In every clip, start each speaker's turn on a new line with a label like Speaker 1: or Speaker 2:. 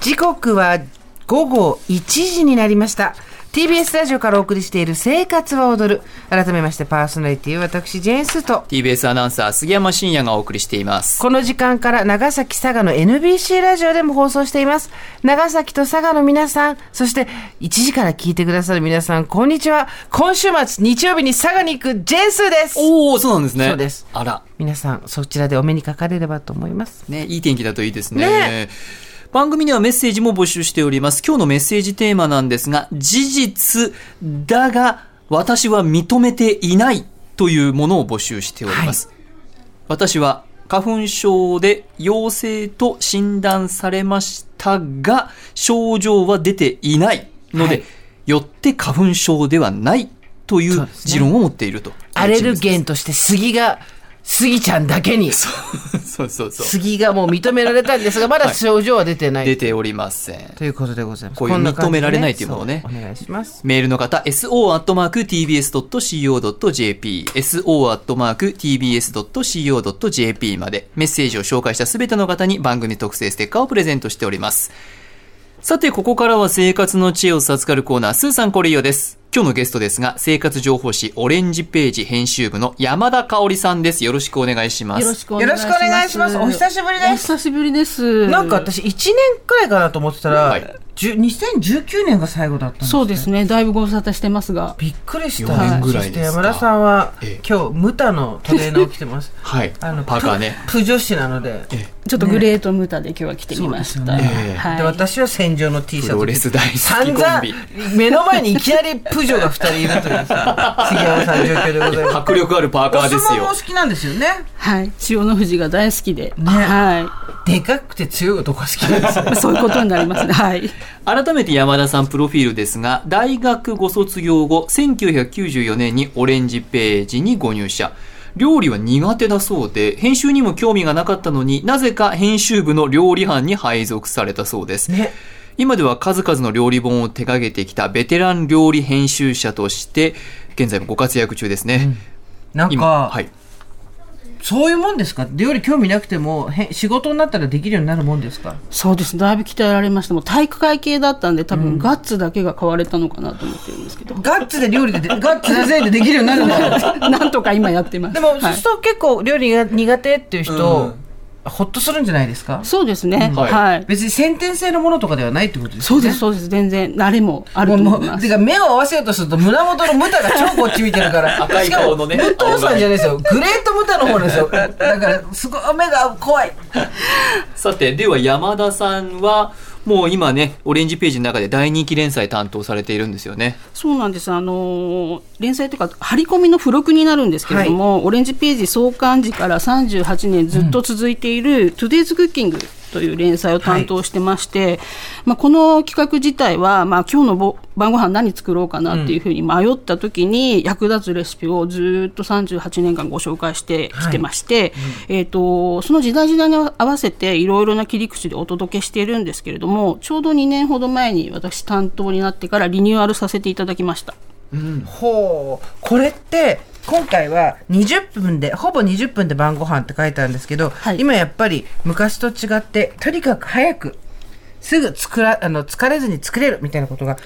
Speaker 1: 時刻は午後1時になりました TBS ラジオからお送りしている「生活は踊る」改めましてパーソナリティは私ジェーンスーと
Speaker 2: TBS アナウンサー杉山真也がお送りしています
Speaker 1: この時間から長崎佐賀の NBC ラジオでも放送しています長崎と佐賀の皆さんそして1時から聞いてくださる皆さんこんにちは今週末日曜日に佐賀に行くジェーンスーです
Speaker 2: おおそうなんですね
Speaker 1: そうです
Speaker 2: あら
Speaker 1: 皆さんそちらでお目にかかれればと思います
Speaker 2: ねいい天気だといいですね
Speaker 1: ね
Speaker 2: 番組ではメッセージも募集しております今日のメッセージテーマなんですが事実だが私は認めていないというものを募集しております、私は花粉症で陽性と診断されましたが症状は出ていないので、
Speaker 1: はい
Speaker 2: よって花粉症ではないとい
Speaker 1: そう
Speaker 2: う
Speaker 1: ですね
Speaker 2: 持論を持っていると、
Speaker 1: アレルゲ
Speaker 2: ン
Speaker 1: ンとして杉が杉ちゃんだけに
Speaker 2: そうそうそう
Speaker 1: 杉がもう認められたんですがまだ症状は出てない、
Speaker 2: 出ておりません
Speaker 1: ということでございます
Speaker 2: こういうん
Speaker 1: な感じで
Speaker 2: 認められないというものをね
Speaker 1: そうお願いします
Speaker 2: メールの方、so.tbs.co.jp、so.tbs.co.jp まで、メッセージを紹介したすべての方に番組特製ステッカーをプレゼントしております。さて、ここからは生活の知恵を授かるコーナー、スーさんこれいよです。今日のゲストですが、生活情報誌オレンジページ編集部の山田香織さんです。よろしくお願いします。
Speaker 3: よろしくお
Speaker 1: よろ
Speaker 3: 願い
Speaker 1: し
Speaker 3: し
Speaker 1: くお
Speaker 3: ます。
Speaker 1: 願いしますお久しぶり
Speaker 3: お
Speaker 1: です
Speaker 3: 久しぶりです。
Speaker 1: なんか私1年くらいかなと思ってたら、
Speaker 2: はい
Speaker 1: じゅ2019年が最後だったんですね
Speaker 3: そうですね。だいぶご無沙汰してますが。
Speaker 1: びっくりした、
Speaker 2: 四年ぐらい
Speaker 1: そし
Speaker 2: ですか
Speaker 1: て山田さんは、
Speaker 2: ええ
Speaker 1: 今日ムタのトレーナーを着て ます
Speaker 2: はい。パーカー ね。
Speaker 1: ププ女子なので,、
Speaker 3: ちょっとグレートムタで今日は来てみました。
Speaker 1: そうです
Speaker 2: よねええ
Speaker 3: は
Speaker 1: で
Speaker 3: い。
Speaker 1: 私は戦場の T シャツ
Speaker 2: プロレス大好き
Speaker 1: 散
Speaker 2: コ
Speaker 1: 々
Speaker 2: ンビ。
Speaker 1: 目の前にいきなりプジョが2人いるというさ杉山さんの状況でございます
Speaker 2: 迫力あるパーカーで
Speaker 1: お
Speaker 2: す
Speaker 1: 相撲も
Speaker 2: よ
Speaker 1: 好。きなんですよね
Speaker 3: はい。千代の富士が大好きで。は
Speaker 1: でかくて強い男が好きなんですよ
Speaker 3: い。そういうことになりますね。はい。
Speaker 2: 改めて山田さんプロフィールですが大学ご卒業後1994年にオレンジページにご入社料理は苦手だそうで編集にも興味がなかったのになぜか編集部の料理班に配属されたそうです、
Speaker 1: ね
Speaker 2: 今では数々の料理本を手掛けてきたベテラン料理編集者として現在もご活躍中ですね、
Speaker 1: なん
Speaker 2: 今
Speaker 1: か、
Speaker 2: はい
Speaker 1: そういうもんですか料理興味なくてもへ仕事になったらできるようになるもんですか
Speaker 3: そうです。だいぶ鍛えられました。もう体育会系だったんで、多分ガッツだけが買われたのかなと思ってるんで すけど。
Speaker 1: ガッツで料理ででガッツで全でできるようになるんだよ
Speaker 3: なんとか今やってます。
Speaker 1: でも、
Speaker 3: は
Speaker 1: そう
Speaker 3: い
Speaker 1: すると結構料理が苦手っていう人、
Speaker 2: うん
Speaker 1: ほっとするんじゃないですか
Speaker 3: そうですね。
Speaker 2: はい
Speaker 3: はい。
Speaker 1: 別に先天性のものとかではないってことです
Speaker 3: そ
Speaker 1: よ
Speaker 3: う
Speaker 1: ね
Speaker 3: です。そうです。全然慣れもあると
Speaker 1: もう
Speaker 3: 思い
Speaker 1: も
Speaker 3: ま
Speaker 1: うて。
Speaker 3: す
Speaker 1: か目を合わせようとすると胸元のムタが超こっち見てるから
Speaker 2: 赤い
Speaker 1: しかも
Speaker 2: 顔のね
Speaker 1: 武藤さんじゃないですよグレートムタの方なんですよだからすごい目が怖い
Speaker 2: さてでは山田さんはもう今ねオレンジページの中で大人気連載担当されているんですよね
Speaker 3: そうなんです。あのー連載というか張り込みの付録になるんですけれども、オレンジページ創刊時から38年ずっと続いている、トゥデイズクッキングという連載を担当してまして、まあこの企画自体はまあ今日のぼ晩ご飯何作ろうかなっていうふうに迷った時に役立つレシピをずっと38年間ご紹介してきてまして、えっ、とその時代時代に合わせていろいろな切り口でお届けしているんですけれども、ちょうど2年ほど前に私担当になってからリニューアルさせていただきました。
Speaker 1: ほうこれって今回は20分でほぼ20分で晩ご飯って書いてあるんですけど、
Speaker 3: はい
Speaker 1: 今やっぱり昔と違ってとにかく早くすぐ作らあの疲れずに作れるみたいなことが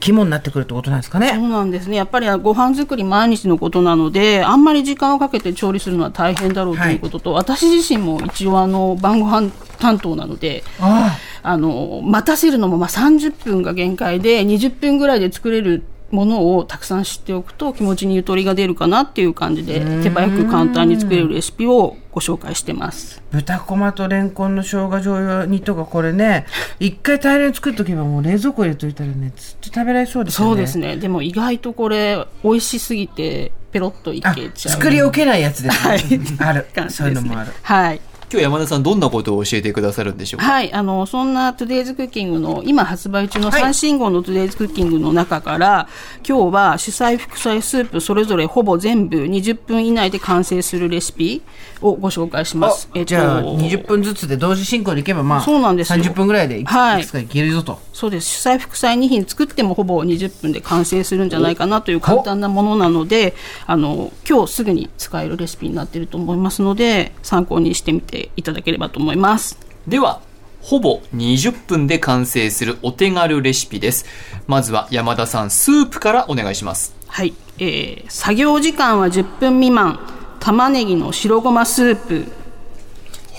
Speaker 1: 肝になってくるってことなんですか
Speaker 3: そ
Speaker 1: ね。
Speaker 3: うなんですね。やっぱりご飯作り毎日のことなので、あんまり時間をかけて調理するのは大変だろうと
Speaker 1: はい
Speaker 3: いうことと、私自身も一応あの晩ご飯担当なので、
Speaker 1: あ
Speaker 3: あの待たせるのもまあ30分が限界で、20分ぐらいで作れるものをたくさん知っておくと気持ちにゆとりが出るかなっていう感じで、手早く簡単に作れるレシピをご紹介してます
Speaker 1: あ。豚こまとレンコンの生姜醤油煮とかこれね一回大量に作っとけばもう冷蔵庫入れといたらねずっと食べられそうですよね。
Speaker 3: そうですね。でも意外とこれ美味しすぎてペロッとい
Speaker 1: あ
Speaker 3: けちゃう。
Speaker 1: 作り置けないやつです、ねある
Speaker 3: 感じです
Speaker 1: そう
Speaker 3: ね
Speaker 1: いうのもある。
Speaker 3: はい。
Speaker 2: 今日山田さんどんなことを教えてくださるんでしょうか
Speaker 3: はい、あのそんな「トゥデイズクッキングの今発売中の
Speaker 1: い
Speaker 3: 最新号の「トゥデイズクッキングの中から、今日は主菜副菜スープそれぞれほぼ全部20分以内で完成するレシピをご紹介します。えっと
Speaker 1: じゃあ20分ずつで同時進行でいけばまあ
Speaker 3: そうなんですよ
Speaker 1: 30分ぐらいでいく,、
Speaker 3: はい
Speaker 1: つかいけるぞと
Speaker 3: そうです主菜副菜2品作ってもほぼ20分で完成するんじゃないかなという簡単なものなのであの今日すぐに使えるレシピになっていると思いますので参考にしてみていただければと思います。
Speaker 2: ではほぼ20分で完成するお手軽レシピですまずは山田さんスープからお願いします
Speaker 3: はい、えー作業時間は10分未満玉ねぎの白ごまスープ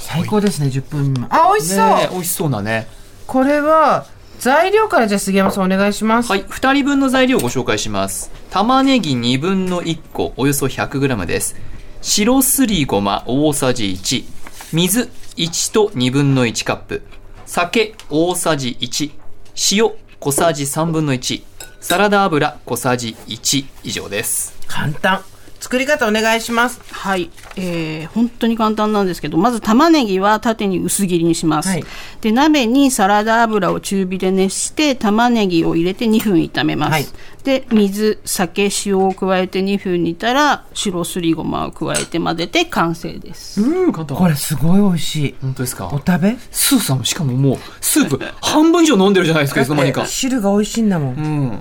Speaker 1: 最高ですね10分未満あ美味しそう、
Speaker 2: ねえ美味しそうだね
Speaker 1: これは材料からじゃあ杉山さんお願いします、
Speaker 2: はい、2人分の材料をご紹介します玉ねぎ2分の1個およそ 100g です白すりごま大さじ1水1と1分の1カップ酒大さじ1塩小さじ3分の1サラダ油小さじ1以上です
Speaker 1: 簡単作り方お願いします
Speaker 3: はい、えー本当に簡単なんですけどまず玉ねぎは縦に薄切りにします、
Speaker 1: はい
Speaker 3: で鍋にサラダ油を中火で熱して玉ねぎを入れて2分炒めます、
Speaker 1: はい
Speaker 3: で水酒塩を加えて2分煮たら白すりごまを加えて混ぜて完成です、
Speaker 2: うん簡単
Speaker 1: これすごい美味しい
Speaker 2: 本当ですか
Speaker 1: お食べ
Speaker 2: スーさんしかももうス ープ半分以上飲んでるじゃないですかいつの間にか
Speaker 1: 汁が美味しいんだもん、
Speaker 2: うん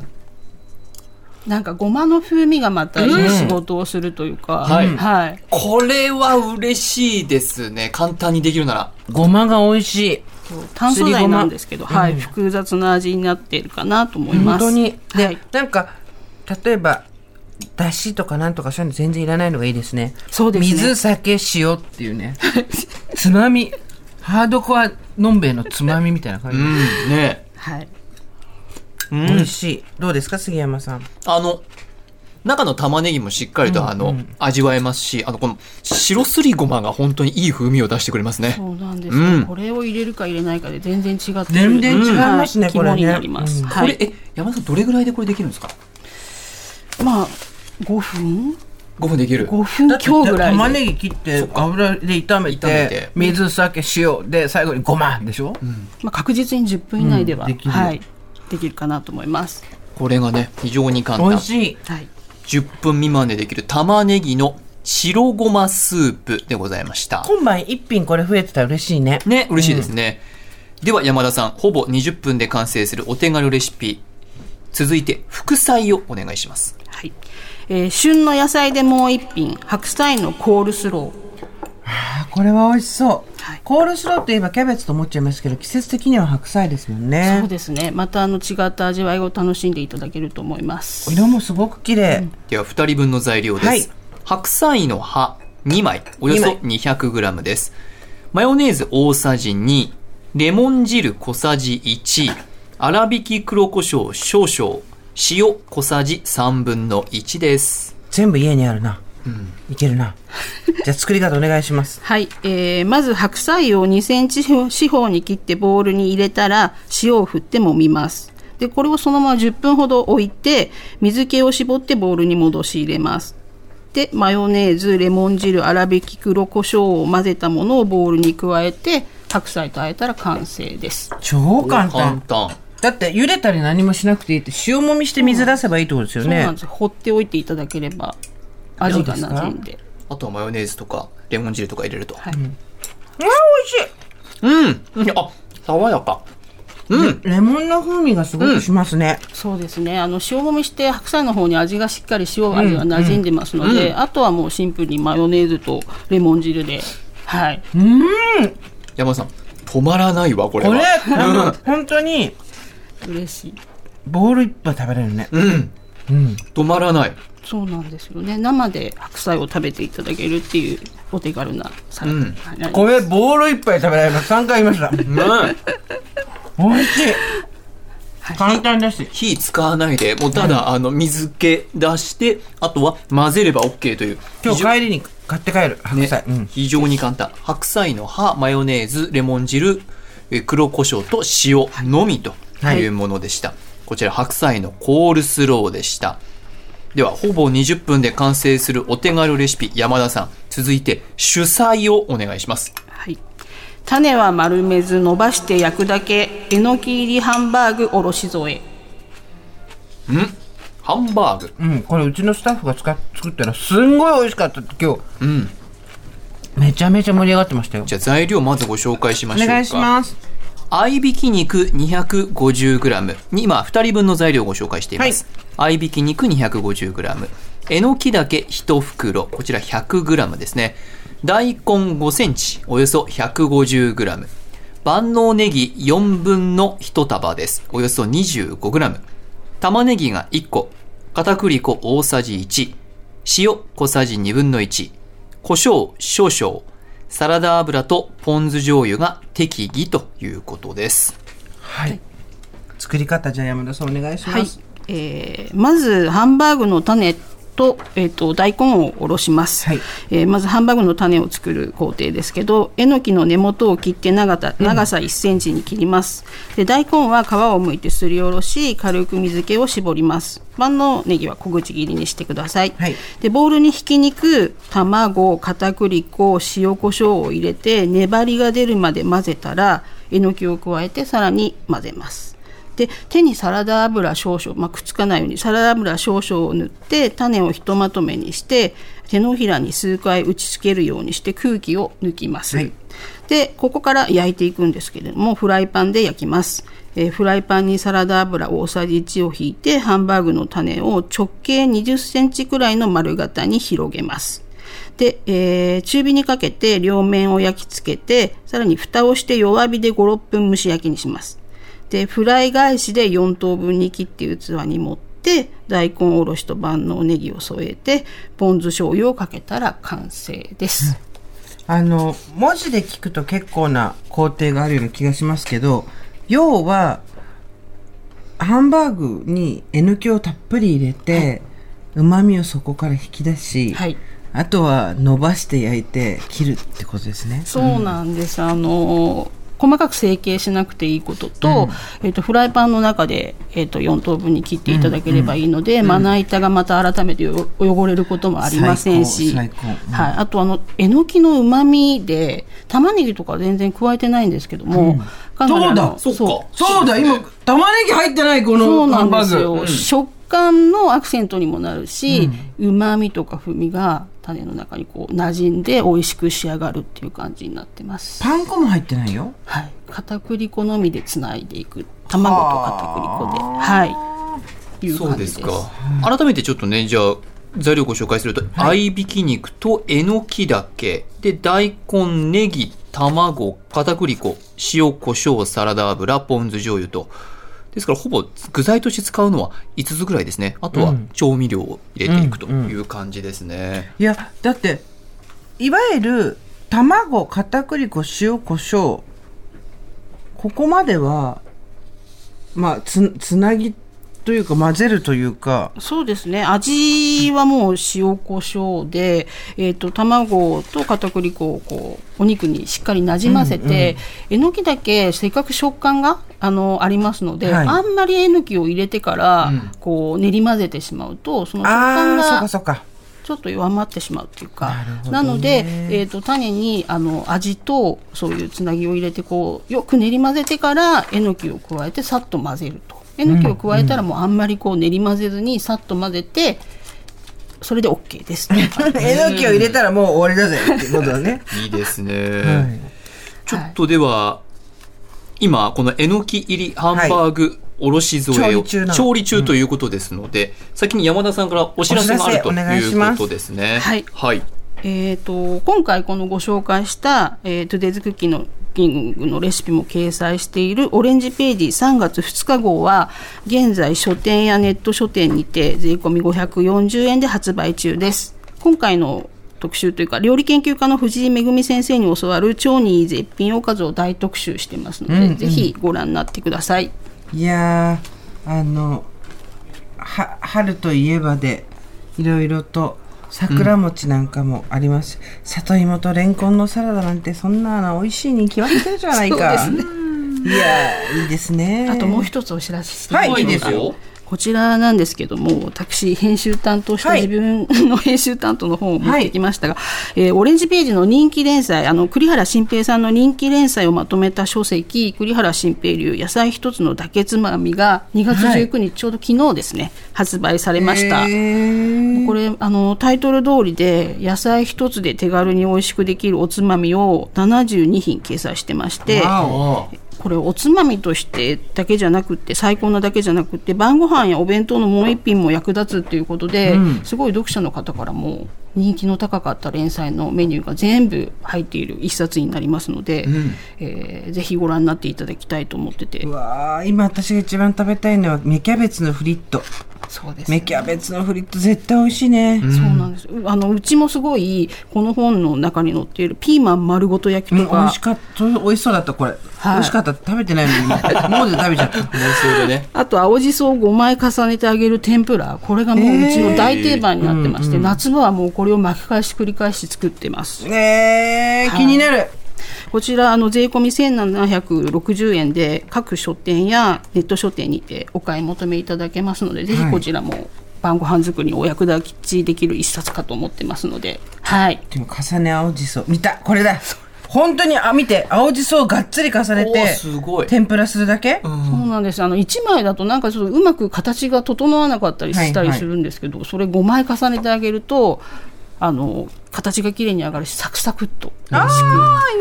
Speaker 3: なんかごまの風味がまたいい仕事をするというか、
Speaker 2: はい
Speaker 3: はい、
Speaker 2: これは嬉しいですね簡単にできるなら
Speaker 1: ごまが美味しい
Speaker 3: 炭素材なんですけど、はい、複雑な味になっているかなと思い
Speaker 1: 本
Speaker 3: ます。
Speaker 1: 当にで、
Speaker 3: はい、
Speaker 1: なんか例えばだしとかなんとかそういうの全然いらないのがいいですね
Speaker 3: そうですね
Speaker 1: 水酒塩っていうね つまみハードコアのんべえのつまみみたいな感じ
Speaker 2: う、んね
Speaker 3: はい、
Speaker 1: 美味しいどうですか杉山さん
Speaker 2: あの、中の玉ねぎもしっかりとあの、味わえますし、あの、この白すりごまが本当にいい風味を出してくれますね。
Speaker 3: そうなんですよ、
Speaker 2: うん
Speaker 3: これを入れるか入れないかで全然違ってく
Speaker 1: 全
Speaker 3: る
Speaker 1: 然違いますね
Speaker 3: はい
Speaker 1: これね
Speaker 3: 肝になります。
Speaker 1: うん
Speaker 3: は
Speaker 2: こ
Speaker 3: い、
Speaker 2: れ、え、山田さんどれぐらいでこれできるんですか
Speaker 3: まあ5分
Speaker 2: ?5 分できる。
Speaker 3: 5分強ぐらいで
Speaker 1: 玉ねぎ切って油で炒めて
Speaker 2: 炒めて
Speaker 1: 水酒塩で最後にごまでしょ、
Speaker 3: まあ、確実に10分以内では、
Speaker 1: うんできる
Speaker 3: はい、できるかなと思います。
Speaker 2: これがね、非常に簡
Speaker 1: 美
Speaker 2: 単
Speaker 1: 味。しい
Speaker 3: はい、
Speaker 2: 10分未満でできる玉ねぎの白ごまスープでございました。
Speaker 1: 今晩一品これ増えてたら嬉しいね
Speaker 2: ね、嬉しいですね。では山田さん、ほぼ20分で完成するお手軽レシピ。続いて、副菜をお願いします。
Speaker 3: はいえー旬の野菜でもう一品白菜のコールスロー
Speaker 1: あこれは美味しそう、
Speaker 3: はい
Speaker 1: コールスローといえばキャベツと思っちゃいますけど季節的には白菜ですもんね
Speaker 3: そうですねまたあの違った味わいを楽しんでいただけると思います。
Speaker 1: 色もすごく綺麗、
Speaker 2: では2人分の材料です、
Speaker 1: はい
Speaker 2: 白菜の葉2枚およそ 200g ですマヨネーズ大さじ2レモン汁小さじ1粗挽き黒胡椒少々塩小さじ3分の1です
Speaker 1: 全部家にあるな、いける なじゃあ作り方お願いします
Speaker 3: はい、えーまず白菜を2センチ四方に切ってボウルに入れたら塩を振って揉みます。で、これをそのまま10分ほど置いて水気を絞ってボウルに戻し入れます。で、マヨネーズ、レモン汁、粗挽き黒胡椒を混ぜたものをボウルに加えて白菜と和えたら完成です。
Speaker 1: 超簡単
Speaker 2: 簡単
Speaker 1: だって茹でたり何もしなくていいって塩もみして水出せばいいってことですよ
Speaker 3: そうなん
Speaker 1: ね
Speaker 3: です。放っておいていただければ味が馴染んで。
Speaker 2: あとはマヨネーズとかレモン汁とか入れると、
Speaker 3: はい
Speaker 1: あ美
Speaker 2: うんあ爽やかうん
Speaker 1: 味しいレモンの風味がすごくしますね、
Speaker 3: そうですねあの塩もみして白菜の方に味がしっかり塩味が馴染んでますので、あとはもうシンプルにマヨネーズとレモン汁ではい、
Speaker 2: 山田さん止まらないわこれ
Speaker 1: こ
Speaker 2: は
Speaker 1: れ多分本当に
Speaker 3: 嬉しい
Speaker 1: ボール一杯食べれるね、
Speaker 2: うん止まらない
Speaker 3: そうなんですよね生で白菜を食べていただけるっていうお手軽なサラダ、
Speaker 2: うん
Speaker 3: はいなります
Speaker 1: これボール一杯食べられます3回言いました
Speaker 2: うん
Speaker 1: 美味しい簡単だし
Speaker 2: 火使わないでもうただ、あの水気出してあとは混ぜれば OK という
Speaker 1: 今日
Speaker 2: 非常
Speaker 1: 帰りに買って帰る白菜、うん
Speaker 2: 非常に簡単白菜の葉マヨネーズレモン汁えー黒胡椒と塩のみと
Speaker 1: はい
Speaker 2: いうものでした、こちら白菜のコールスローでしたではほぼ20分で完成するお手軽レシピ山田さん続いて主菜をお願いします
Speaker 3: はい、種は丸めず伸ばして焼くだけえのき入りハンバーグおろし添え
Speaker 2: ハンバーグ
Speaker 1: うん、これうちのスタッフが使っ作ったらすんごい美味しかったって今日、めちゃめちゃ盛り上がってましたよ
Speaker 2: じゃあ材料まずご紹介しま
Speaker 1: お
Speaker 2: しょうか
Speaker 1: 願いします
Speaker 2: 合いびき肉 250g に今2人分の材料をご紹介しています、合いびき肉 250g えのきだけ1袋こちら 100g ですね大根 5cm およそ 150g 万能ネギ4分の1束ですおよそ 25g 玉ねぎが1個片栗粉大さじ1塩小さじ1分の1胡椒少々サラダ油とポン酢醤油が適宜ということです
Speaker 1: はい。作り方じゃあ山田さんお願いします。
Speaker 3: はい、えーまずハンバーグの種と,、えー、と大根をおろします、
Speaker 1: はい
Speaker 3: えーまずハンバーグの種を作る工程ですけどえのきの根元を切って長た長さ1センチに切ります、で大根は皮を剥いてすりおろし軽く水気を絞ります万能ネギは小口切りにしてください、
Speaker 1: はい
Speaker 3: でボウルにひき肉卵片栗粉塩コショウを入れて粘りが出るまで混ぜたらえのきを加えてさらに混ぜますで手にサラダ油少々、まあ、くっつかないようにサラダ油少々を塗って種をひとまとめにして手のひらに数回打ちつけるようにして空気を抜きます、
Speaker 1: はい
Speaker 3: でここから焼いていくんですけれどもフライパンで焼きます、えーフライパンにサラダ油大さじ1を引いてハンバーグの種を直径2 0センチくらいの丸型に広げますで、えー中火にかけて両面を焼き付けてさらに蓋をして弱火で56分蒸し焼きにしますでフライ返しで4等分に切って器に盛って大根おろしと万能ネギを添えてポン酢醤油をかけたら完成です、
Speaker 1: あの、文字で聞くと結構な工程があるような気がしますけど、要は、ハンバーグにえのきをたっぷり入れて、旨味をそこから引き出し、
Speaker 3: はい
Speaker 1: あとは伸ばして焼いて切るってことですね。
Speaker 3: そうなんです。あの細かく成形しなくていいことと、えっ、とフライパンの中でえっ、と4等分に切っていただければいいので、まな板がまた改めてよ汚れることもありませんし、
Speaker 1: 最高最高うん
Speaker 3: はい。あとあのえのきの旨味で玉ねぎとか全然加えてないんですけども、かなりあの
Speaker 2: そうか
Speaker 1: そうだ、今、玉ねぎ入ってない、こ
Speaker 3: そ
Speaker 1: の
Speaker 3: うな
Speaker 1: ハ
Speaker 3: ん
Speaker 1: ンバー
Speaker 3: です
Speaker 1: グ。
Speaker 3: よ、食感のアクセントにもなるしうま、みとか風味が種の中にこう馴染んで美味しく仕上がるっていう感じになってます
Speaker 1: パン粉も入ってないよ。
Speaker 3: はい、片栗粉のみでつないでいく卵と片栗粉ではいいう
Speaker 2: そう
Speaker 3: 感じ
Speaker 2: で
Speaker 3: ですす
Speaker 2: か改めてちょっとねじゃあ材料ご紹介すると、合いびき肉とえのきだけで大根ネギ卵片栗粉塩コショウサラダ油ポン酢醤油とですからほぼ具材として使うのは5つぐらいですねあとは調味料を入れていくという感じですね、
Speaker 1: いやだっていわゆる卵片栗粉塩コショウここまではまあつつなぎというか混ぜるというか
Speaker 3: そうですね味はもう塩コショウで、えー、と卵と片栗粉をこうお肉にしっかりなじませて、えのきだけせっかく食感があのありますので、
Speaker 1: はい
Speaker 3: あんまりえのきを入れてから、こう練り混ぜてしまうとその食感
Speaker 1: ああそうか
Speaker 3: が
Speaker 1: そう か
Speaker 3: ちょっと弱まってしまうっていうか
Speaker 1: なるほどね
Speaker 3: なので、えー、と種にあの味とそういうつなぎを入れてこうよく練り混ぜてからえのきを加えてさっと混ぜるとえのきを加えたらもうあんまりこう練り混ぜずにさっと混ぜてそれで OK ですっていう感じ
Speaker 1: えのきを入れたらもう終わりだぜってことだね
Speaker 2: いいですね、
Speaker 1: はい
Speaker 2: ちょっとでは、今このえのき入りハンバーグ、おろし添えを
Speaker 1: 調理中なの
Speaker 2: 調理中ということですので、先に山田さんからお知らせがあると
Speaker 1: お知らせお願い
Speaker 2: い
Speaker 1: し
Speaker 2: う
Speaker 1: ます
Speaker 2: ことですね。
Speaker 3: はい
Speaker 2: はい。
Speaker 3: えー、と今回このご紹介した、えー、トゥデイズクッキングのレシピも掲載しているオレンジページ3月2日号は現在書店やネット書店にて税込み540円で発売中です今回の特集というか料理研究家の藤井恵先生に教わる超にいい絶品おかずを大特集してますので、ぜひご覧になってください
Speaker 1: いやーあのは春といえばでいろいろと桜餅なんかもあります、里芋とレンコンのサラダなんてそんなの美味しいに決まってるじゃないか
Speaker 3: そうです
Speaker 1: いやーいいですね
Speaker 3: あともう一つお知らせして
Speaker 1: はい
Speaker 2: はい
Speaker 1: いですよ。
Speaker 3: こちらなんですけども私編集担当した
Speaker 1: はい
Speaker 3: 自分の編集担当の本を持ってきましたが、えーオレンジページの人気連載あの栗原新平さんの人気連載をまとめた書籍栗原新平流野菜一つのだけつまみが2月
Speaker 1: はい
Speaker 3: 19日、ちょうど昨日ですね発売されました。
Speaker 1: へー
Speaker 3: これあのタイトル通りで野菜一つで手軽に美味しくできるおつまみを72品掲載してまして
Speaker 1: わお
Speaker 3: これおつまみとしてだけじゃなくって最高なだけじゃなくって晩ご飯やお弁当のもう一品も役立つっていうことで、すごい読者の方からも人気の高かった連載のメニューが全部入っている一冊になりますので、えーぜひご覧になっていただきたいと思ってて
Speaker 1: うわあ今私が一番食べたいのは芽キャベツのフリット
Speaker 3: そうです
Speaker 1: 芽キャベツのフリット絶対美味しいね、
Speaker 3: そうなんですうあのうちもすごいこの本の中に載っているピーマン丸ごと焼き
Speaker 1: うん
Speaker 3: と
Speaker 1: 美味
Speaker 3: か
Speaker 1: しかった美味しそうだったこれ、
Speaker 3: はい
Speaker 1: 美味しかった食べてないのに今 もうで食べちゃった
Speaker 2: 妄想でね
Speaker 3: あと青じそを5枚重ねてあげる天ぷらこれがもううちの大定番になってまして、夏場はもうこれを巻き返し繰り返し作ってます
Speaker 1: ねえ気になる、
Speaker 3: こちらあの税込み1760円で各書店やネット書店にてお買い求めいただけますので、ぜひこちらも晩ご飯作りにお役立ちできる一冊かと思ってますのではい
Speaker 1: でも重ね青じそ見たこれだ本当にあ見て青じそをがっつり重ね
Speaker 2: おー
Speaker 1: て
Speaker 2: すごい
Speaker 1: 天ぷらするだけ、
Speaker 3: そうなんですあの1枚だとなんかちょっとうまく形が整わなかったりした
Speaker 1: はい
Speaker 3: り
Speaker 1: はい
Speaker 3: するんですけど、それ5枚重ねてあげるとあの形が綺麗に上がるしサクサクっと美味しく、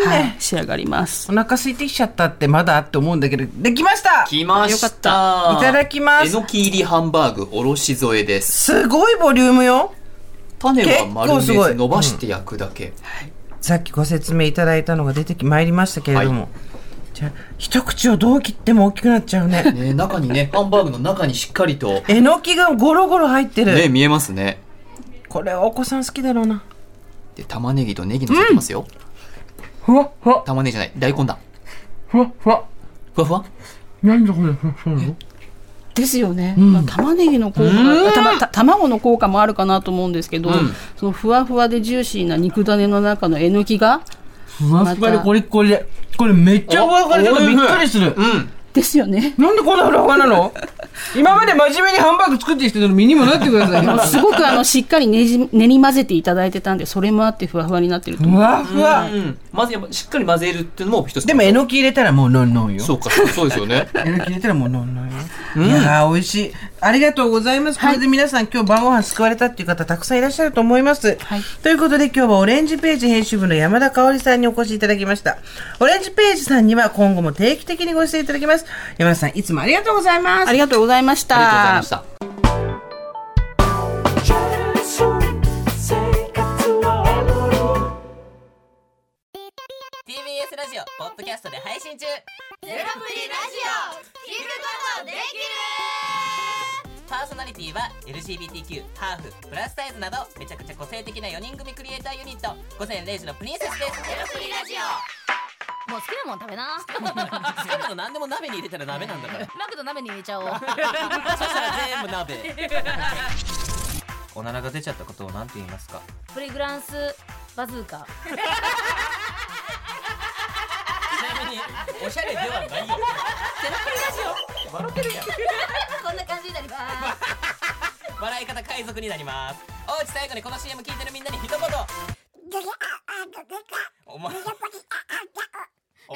Speaker 3: はい、仕上がります
Speaker 1: お腹空いてきちゃったってまだって思うんだけどできました
Speaker 2: 来ました
Speaker 1: いただきます
Speaker 2: えのき入りハンバーグおろし添えです
Speaker 1: すごいボリュームよ
Speaker 2: 種は丸
Speaker 1: 結
Speaker 2: め
Speaker 1: 構すご
Speaker 2: ず
Speaker 1: い
Speaker 2: 伸ばして焼くだけ、
Speaker 1: さっきご説明いただいたのが出てきまいりましたけれども、じゃあ一口をどう切っても大きくなっちゃうね
Speaker 2: ね、中にねハンバーグの中にしっかりと
Speaker 1: えのきがゴロゴロ入ってる、
Speaker 2: ね見えますね
Speaker 1: これはお子さん好きだろうな
Speaker 2: で玉ねぎとネギのせてますよ、
Speaker 1: ふわふわ
Speaker 2: 玉ねぎじゃない大根だ
Speaker 1: ふわふわ
Speaker 2: ふわふわ
Speaker 1: なんだこれふわふわ
Speaker 3: ですよね、まあ玉ねぎの効果がたまた卵の効果もあるかなと思うんですけど、そのふわふわでジューシーな肉種の中のえのきが
Speaker 1: ふわふわでコリッコリでこれめっちゃふわふわでちょっとびっくりする
Speaker 2: うん
Speaker 3: ですよね
Speaker 1: なんでこんなふわふわなの今まで真面目にハンバーグ作ってきてたの身にもなってくださいよ
Speaker 3: すごくあのしっかりねじ練り混ぜていただいてたんでそれもあってふわふわになってると思います
Speaker 1: ふわふわ、
Speaker 2: うんまずやっぱしっかり混ぜるっていうのも一つ
Speaker 1: でもえのき入れたらもうノンノンよ
Speaker 2: そうかそうそうです よね
Speaker 1: えのき入れたらもう飲んないよ。いやー美味しい。ありがとうございます。これで皆さん、今日晩ご飯救われたっていう方たくさんいらっしゃると思います。
Speaker 3: はい
Speaker 1: ということで今日はオレンジページ編集部の山田香織さんにお越しいただきました。オレンジページさんには今後も定期的にご出演いただきます。山田さん、いつもありがとうございます
Speaker 3: あ。りがとうございました
Speaker 2: ありがとうございました
Speaker 4: ゼロプリラジオ聞くことでき
Speaker 5: パーソナリティは LGBTQ ハーフプラスサイズなどめちゃくちゃ個性的な4人組クリエイターユニット午前0時のプリンセスですゼロプリラジオ
Speaker 4: るもう好きなもん食べな
Speaker 5: 好きなの何でも鍋に入れたら鍋なんだ から
Speaker 4: マクド鍋に入れち ゃおう
Speaker 5: そしたら全部鍋 おならが出ちゃったことを何て言いますか
Speaker 4: プレグランスバズーカ
Speaker 5: ちなみにおしゃれではないよゼロプリラジオ笑ってるやん
Speaker 4: こんな感じになります
Speaker 5: 笑い方海賊になりますおうち最後にこの CM 聞いてるみんなに一言お前お